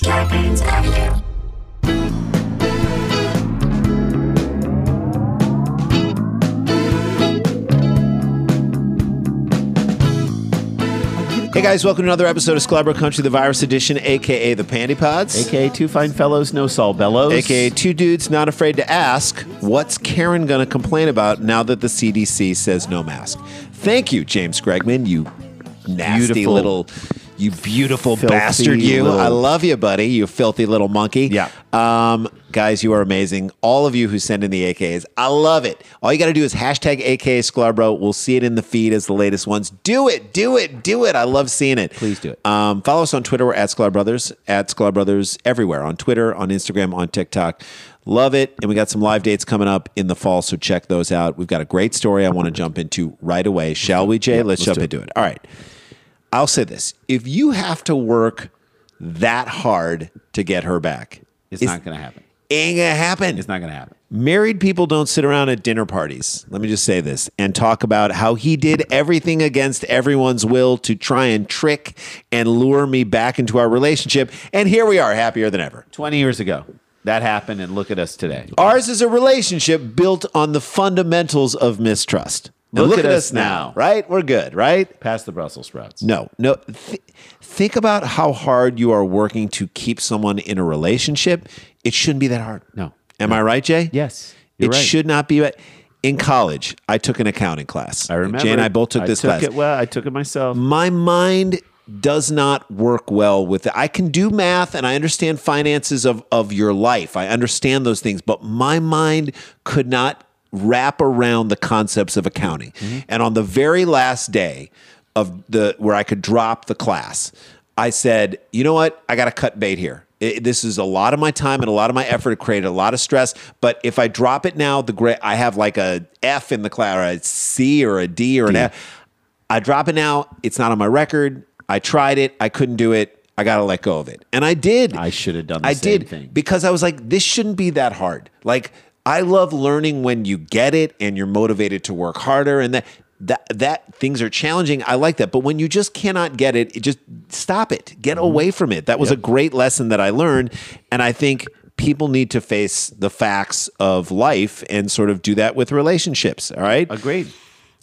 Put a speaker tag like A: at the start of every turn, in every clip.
A: Scarpins Avenue.
B: Hey guys, welcome to another episode of Scalabro Country, the virus edition, aka the Pandy Pods,
C: AKA two fine fellows, no Saul Bellows.
B: aka two dudes not afraid to ask, what's Karen going to complain about now that the CDC says no mask? Thank you, James Gregman, you nasty
C: Beautiful.
B: little, you beautiful
C: Filthy
B: bastard, you.
C: little-
B: I love you, buddy, you filthy little monkey.
C: Yeah.
B: Um, guys, you are amazing. All of you who send in the AKs, I love it. All you got to do is hashtag AKA Scalabro. We'll see it in the feed as the latest ones. Do it, do it, do it. I love seeing it.
C: Please do it.
B: Um, follow us on Twitter. We're at Sklar Brothers, at Sklar Brothers everywhere on Twitter, on Instagram, on TikTok. Love it. And we got some live dates coming up in the fall, so check those out. We've got a great story I want to jump into right away. Shall we, Jay? let's, jump into it. All right. I'll say this if you have to work that hard to get her back,
C: it's, not going to happen.
B: Ain't gonna happen.
C: It's not going to happen.
B: Married people don't sit around at dinner parties. Let me just say this and talk about how he did everything against everyone's will to try and trick and lure me back into our relationship. And here we are, happier than ever.
C: Twenty years ago, that happened, and look at us today.
B: Ours is a relationship built on the fundamentals of mistrust. And
C: Look at us now.
B: right? We're good, right?
C: Past the Brussels sprouts.
B: No, no. Th- think about how hard you are working to keep someone in a relationship. It shouldn't be that hard.
C: No.
B: Am I right, Jay?
C: Yes, you're
B: it
C: right.
B: should not be. In college, I took an accounting class.
C: I remember.
B: Jay and I both took this class.
C: It well, I took it myself.
B: My mind does not work well with it. I can do math and I understand finances of, of your life. I understand those things, but my mind could not wrap around the concepts of accounting. And on the very last day of the where I could drop the class, I said, you know what? I got to cut bait here. It, this is a lot of my time and a lot of my effort. It created a lot of stress. But if I drop it now, the grade I have like a F in the class, or a C, or a D, or an F. I drop it now. It's not on my record. I tried it. I couldn't do it. I got to let go of it. And I did.
C: I should have done the
B: I
C: same
B: did
C: thing.
B: because I was like, this shouldn't be that hard. Like, I love learning when you get it and you're motivated to work harder and that that that things are challenging. I like that. But when you just cannot get it, it just stop it.
C: Mm-hmm.
B: Get away from it. That was a great lesson that I learned. And I think people need to face the facts of life and sort of do that with relationships. All right.
C: Agreed.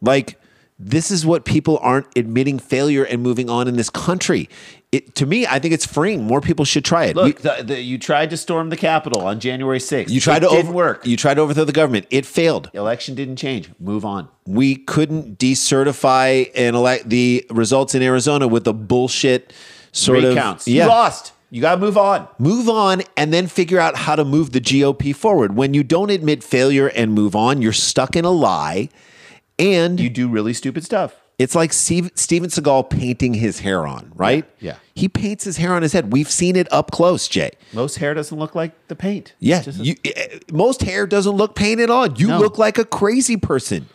B: Like this is what people aren't admitting failure and moving on in this country. It to me, I think it's freeing. More people should try it.
C: Look, the, the, you tried to storm the Capitol on January sixth.
B: you, you tried to
C: didn't
B: over,
C: work.
B: You tried to overthrow the government. It failed.
C: Election didn't change. Move on.
B: We couldn't decertify and elect the results in Arizona with the bullshit sort of
C: Recounts.
B: Yeah,
C: You lost. You got to move on.
B: move on and then figure out how to move the GOP forward. When you don't admit failure and move on, you're stuck in a lie. And
C: You do really stupid stuff.
B: It's like Steve, Steven Seagal painting his hair on, right?
C: Yeah, yeah.
B: He paints his hair on his head. We've seen it up close, Jay.
C: Most hair doesn't look like the paint.
B: Yeah.
C: Just-
B: You, eh, most hair doesn't look painted on. You
C: No.
B: look like a crazy person.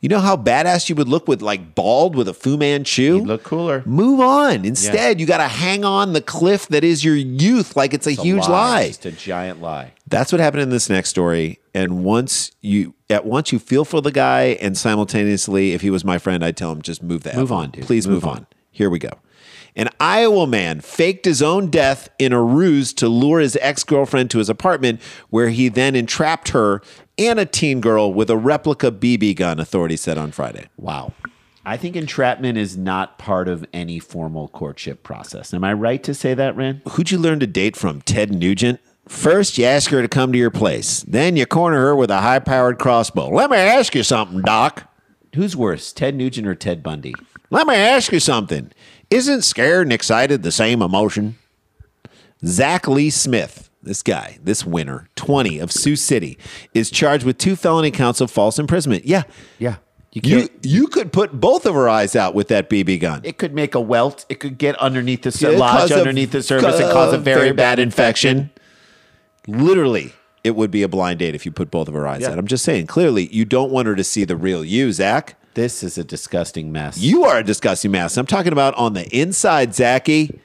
B: You know how badass you would look with like bald with a Fu Manchu?
C: You'd look cooler.
B: Move on. Instead, you got to hang on the cliff that is your youth like it's a
C: It's a
B: huge lie.
C: It's just a giant lie.
B: That's what happened in this next story. And once you at once you feel for the guy, and simultaneously, if he was my friend, I'd tell him just move the move
C: on, dude.
B: Please move, on. Here we go. An Iowa man faked his own death in a ruse to lure his ex girlfriend to his apartment, where he then entrapped her and a teen girl with a replica BB gun. Authorities said on Friday.
C: Wow. I think entrapment is not part of any formal courtship process. Am I right to say that, Ren?
B: Who'd you learn to date from? Ted Nugent? First, you ask her to come to your place. Then you corner her with a high powered crossbow. Let me ask you something, Doc.
C: Who's worse, Ted Nugent or Ted Bundy?
B: Let me ask you something. Isn't scared and excited the same emotion? Zach Lee Smith, this guy, this winner, 20 of Sioux City, is charged with two felony counts of false imprisonment. Yeah.
C: Yeah. You
B: You,
C: can't.
B: you could put both of her eyes out with that BB gun.
C: it could make a welt. It could get underneath the sur-
B: It
C: lodge
B: cause a-
C: underneath the surface and cause a very bad infection.
B: Literally, it would be a blind date if you put both of her eyes
C: Yeah.
B: out. I'm just saying, clearly, you don't want her to see the real you, Zach.
C: This is a disgusting mess.
B: You are a disgusting mess. I'm talking about on the inside, Zachy.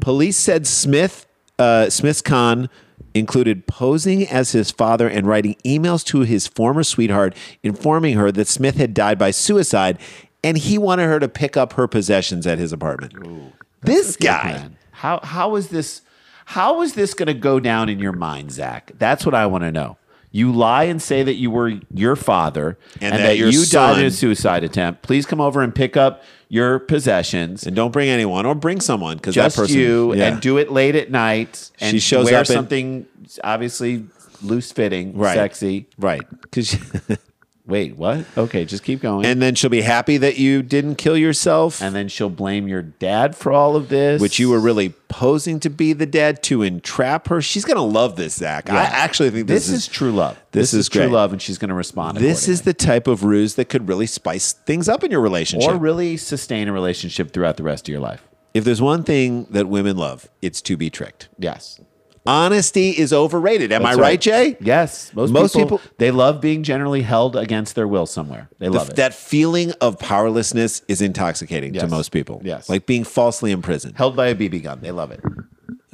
B: Police said Smith, uh, Smith's con included posing as his father and writing emails to his former sweetheart, informing her that Smith had died by suicide, and he wanted her to pick up her possessions at his apartment. this guy.
C: Man, how how is this? How is this going to go down in your mind, Zach? That's what I want to know. You lie and say that you were your father
B: And that your
C: you died in
B: son-
C: a suicide attempt. Please come over and pick up your possessions.
B: And don't bring anyone or bring someone because that
C: just
B: person.
C: you
B: Yeah.
C: and do it late at night and
B: She shows
C: wear
B: up in-
C: something obviously loose fitting,
B: Right.
C: sexy.
B: right. 'Cause-
C: Wait, what? Okay, just keep going. And,
B: and then she'll be happy that you didn't kill yourself,
C: then she'll blame your dad for all of this.
B: which you were really posing to be the dad to entrap her. She's gonna love this, Zach. I actually think
C: This,
B: this,
C: is, true love.
B: this is
C: true
B: great.
C: love, and she's going to respond.
B: This is
C: accordingly.
B: the type of ruse that could really spice things up in your relationship.
C: or really sustain a relationship throughout the rest of your life.
B: if there's one thing that women love, it's to be tricked.
C: Yes,
B: Honesty is overrated. Am
C: That's
B: I right, Jay?
C: Yes, most,
B: Most
C: people,
B: people-
C: they love being generally held against their will somewhere. They
B: The-
C: love it.
B: That feeling of powerlessness is intoxicating to
C: Yes.
B: most people.
C: Yes.
B: Like being falsely imprisoned.
C: held by a BB gun, they love it.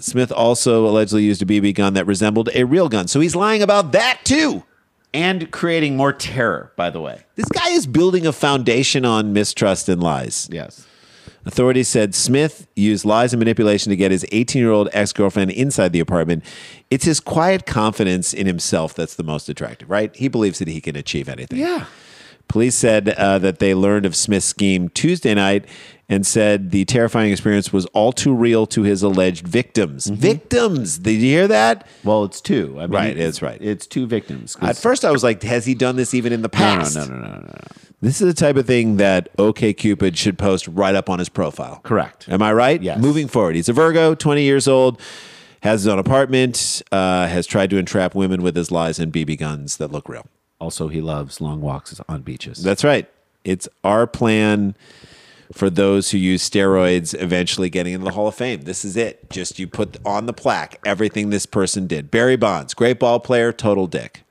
B: Smith also allegedly used a BB gun that resembled a real gun. So he's lying about that too.
C: And creating more terror, by the way.
B: This guy is building a foundation on mistrust and lies.
C: Yes.
B: Authorities said Smith used lies and manipulation to get his 18 year old ex girlfriend inside the apartment. It's his quiet confidence in himself that's the most attractive, right? He believes that he can achieve anything.
C: Yeah.
B: Police said uh, that they learned of Smith's scheme Tuesday night and said the terrifying experience was all too real to his alleged victims.
C: Mm-hmm.
B: Victims! Did you hear that?
C: Well, it's two. I mean,
B: Right, it's right.
C: It's two victims. 'cause-
B: At first, I was like, has he done this even in the
C: no, no,
B: past?
C: no, no, no, no, no.
B: This is the type of thing that OKCupid should post right up on his profile.
C: Correct.
B: Am I right?
C: Yes.
B: Moving forward, he's a Virgo, 20 years old, has his own apartment, uh, has tried to entrap women with his lies and BB guns that look real.
C: Also, he loves long walks on beaches.
B: That's right. It's our plan for those who use steroids eventually getting into the Hall of Fame. This is it. Just you put on the plaque everything this person did. Barry Bonds, great ball player, total dick.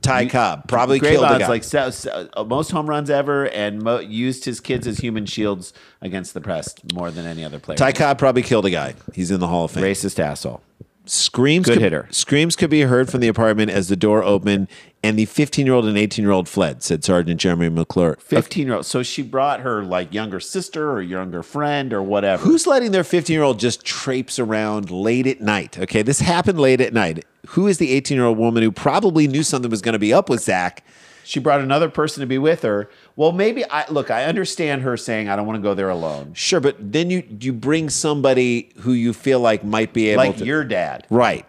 B: Ty Cobb probably
C: Mm-hmm. Great
B: killed the
C: odds,
B: guy.
C: like so, so, uh, most home runs ever, and mo- used his kids as human shields against the press more than any other player.
B: Ty Cobb probably killed a guy. He's in the Hall of Fame.
C: Racist asshole.
B: Screams
C: Good
B: could,
C: hitter.
B: Screams could be heard from the apartment as the door opened, and the 15-year-old and 18-year-old fled," said Sergeant Jeremy McClure.
C: Fifteen year old. So she brought her like younger sister or younger friend or whatever.
B: Who's letting their 15-year-old just traipse around late at night? Okay, this happened late at night. Who is the 18-year-old woman who probably knew something was going to be up with Zach?
C: She brought another person to be with her. Well, maybe I look. I understand her saying I don't want to go there alone.
B: Sure, but then you you bring somebody who you feel like might be able
C: Like
B: to
C: your dad.
B: Right.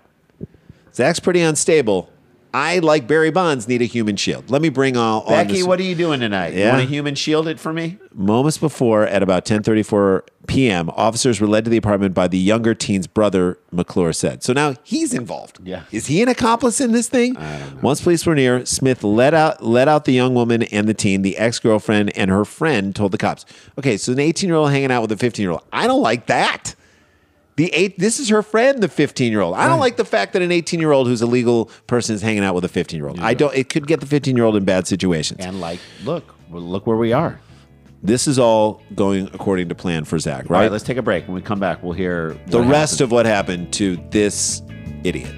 B: Zach's pretty unstable. I like Barry Bonds need a human shield. Let me bring all on
C: Becky,
B: this-
C: what are you doing tonight? You
B: Yeah.
C: want to human shield it for me?
B: Moments before, at about 10:34 p.m., officers were led to the apartment by the younger teen's brother. McClure said. So now he's involved.
C: Yeah.
B: is he an accomplice in this thing? Once police were near, Smith let out let out the young woman and the teen. The ex girlfriend and her friend told the cops. Okay, so an 18 year old hanging out with a 15 year old. I don't like that. The eight. This is her friend, the 15 year old. I don't like the fact that an 18 year old who's a legal person is hanging out with a 15 year old. I don't. It could get the 15 year old in bad situations.
C: And like, look, well, look where we are.
B: This is all going according to plan for Zach,
C: All
B: right?
C: right, let's take a break. When we come back, we'll hear
B: the
C: what
B: rest of what happened to this idiot.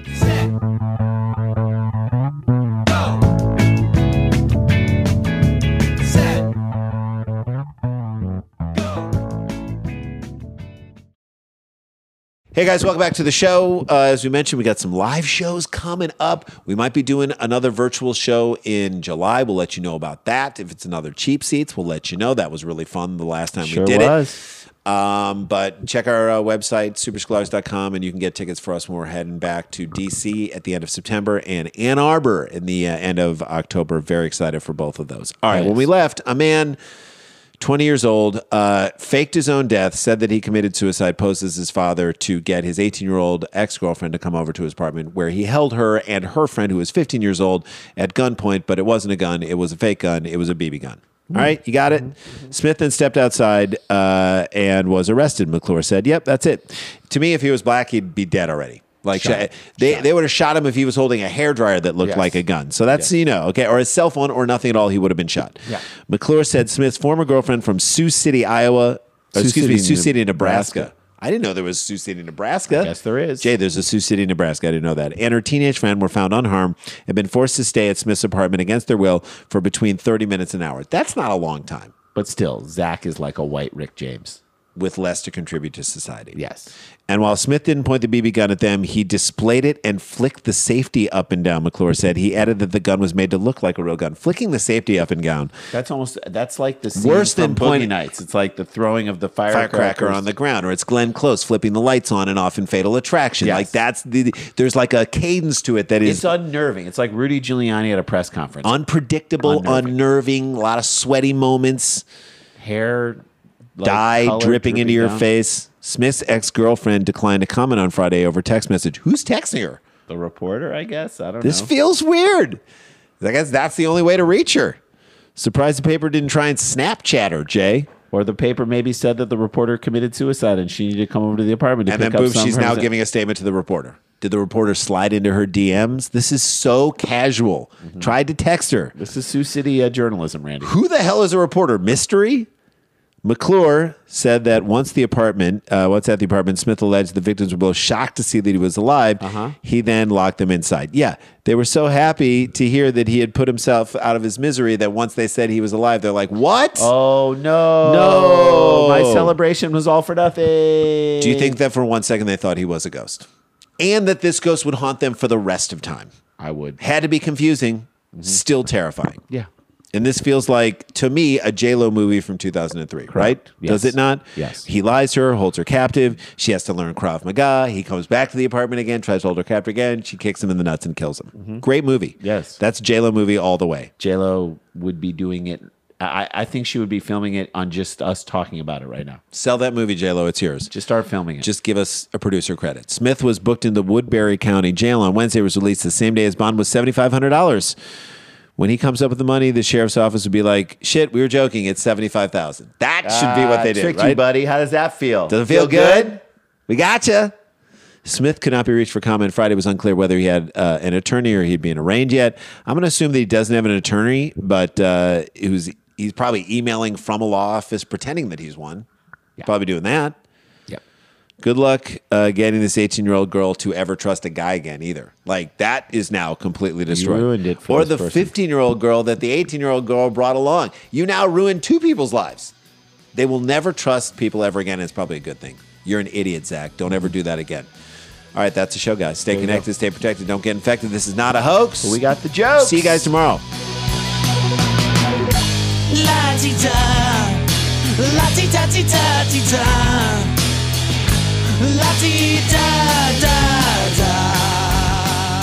B: Hey guys, welcome back to the show. Uh, as we mentioned, we got some live shows coming up. We might be doing another virtual show in July. We'll let you know about that. If it's another cheap seats, we'll let you know. That was really fun the last time
C: Sure
B: we did it.
C: was.
B: Um, but check our uh, website, superscholars.com, and you can get tickets for us when we're heading back to DC at the end of September and Ann Arbor in the uh, end of October. Very excited for both of those. All right,
C: Nice.
B: when we left, a man. 20 years old, uh, faked his own death, said that he committed suicide, posed as his father to get his 18 year old ex girlfriend to come over to his apartment, where he held her and her friend, who was 15 years old, at gunpoint. But it wasn't a gun, it was a fake gun, it was a BB gun. All right, you got it? Smith then stepped outside uh, and was arrested. McClure said, Yep, that's it. To me, if he was black, he'd be dead already. Like
C: Shot.
B: sh- they, they would have shot him if he was holding a hairdryer that looked
C: Yes.
B: like a gun. So that's you know okay, or a cell phone or nothing at all. He would have been shot.
C: Yeah.
B: McClure said Smith's former girlfriend from Sioux City, Iowa. or
C: Sioux
B: excuse me,
C: City,
B: Sioux City, Nebraska.
C: Nebraska.
B: I didn't know there was Sioux City, Nebraska.
C: Yes, there is.
B: Jay, there's a Sioux City, Nebraska. I didn't know that. And her teenage friend were found unharmed and been forced to stay at Smith's apartment against their will for between 30 minutes and an hour. That's not a long time.
C: But still, Zach is like a white Rick James.
B: with less to contribute to society.
C: Yes.
B: And while Smith didn't point the BB gun at them, he displayed it and flicked the safety up and down, McClure said. He added that the gun was made to look like a real gun. Flicking the safety up and down.
C: That's almost that's like the scene
B: Worse
C: worse
B: than
C: than
B: point-
C: Boogie Nights. It's like the throwing of the
B: firecracker
C: firecracker
B: on the ground, or it's Glenn Close flipping the lights on and off in Fatal Attraction.
C: Yes.
B: Like that's the there's like a cadence to it that
C: It's
B: is
C: unnerving. It's like Rudy Giuliani at a press conference.
B: unpredictable, unnerving.
C: Unnerving.
B: a lot of sweaty moments,
C: Hair like,
B: dye
C: color
B: dripping into
C: dripping
B: your
C: down.
B: face. Smith's ex girlfriend declined to comment on Friday over text message. Who's texting her?
C: The reporter, I guess. I don't
B: This
C: know.
B: feels weird. I guess that's the only way to reach her. Surprised the paper didn't try and Snapchat her, Jay.
C: or the paper maybe said that the reporter committed suicide and she needed to come over to the apartment to
B: And then
C: pick
B: boom,
C: up some
B: she's
C: of her
B: now
C: res-
B: giving a statement to the reporter. Did the reporter slide into her DMs? This is so casual.
C: Mm-hmm.
B: Tried to text her.
C: This is Sioux City uh, journalism, Randy.
B: Who the hell is a reporter? Mystery? McClure said that once the apartment, uh, once at the apartment, Smith alleged the victims were both shocked to see that he was alive. He then locked them inside. Yeah, they were so happy to hear that he had put himself out of his misery that once they said he was alive, they're like, "What?
C: Oh no.
B: No.
C: My celebration was all for nothing.
B: Do you think that for one second they thought he was a ghost, and that this ghost would haunt them for the rest of time?
C: I would.
B: Had to be confusing, still terrifying.
C: Yeah.
B: And this feels like, to me, a J-Lo movie from 2003, right?
C: Yes.
B: Does it not?
C: Yes.
B: He lies to her, holds her captive. She has to learn Krav Maga. He comes back to the apartment again, tries to hold her captive again. She kicks him in the nuts and kills him. Great movie.
C: Mm-hmm. Yes.
B: That's J-Lo movie all the way.
C: JLo would be doing it. I, I think she would be filming it on just us talking about it right now.
B: Sell that movie, J-Lo. It's yours.
C: Just start filming it.
B: Just give us a producer credit. Smith was booked into Woodbury County Jail on Wednesday, was released the same day his bond was $7,500. When he comes up with the money, the sheriff's office would be like, shit, we were joking. It's 75000 That should be what they did,
C: trick
B: right?
C: you, buddy. How does that feel?
B: Doesn't feel, good? We gotcha. Smith could not be reached for comment. Friday It was unclear whether he had uh, an attorney or he'd been arraigned yet. I'm going to assume that he doesn't have an attorney, but uh, it was, he's probably emailing from a law office pretending that he's one.
C: Yeah.
B: Probably doing that.
C: Yep.
B: Good luck uh, getting this 18 year old girl to ever trust a guy again, either. Like, that is now completely destroyed.
C: ruined it for
B: or
C: this
B: the
C: person.
B: 15 year old girl that the 18 year old girl brought along. You now ruined two people's lives. They will never trust people ever again. It's probably a good thing. You're an idiot, Zach. Don't ever do that again. All right, that's the show, guys. Stay
C: you go.
B: connected, stay protected, don't get infected. This is not a hoax.
C: We got the jokes.
B: See you guys tomorrow.
A: La ti da, la ti da ti da ti da, la ti da da da.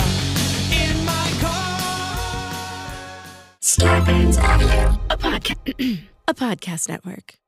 A: In my car.
D: Scorpions Audio, a podcast, a podcast network.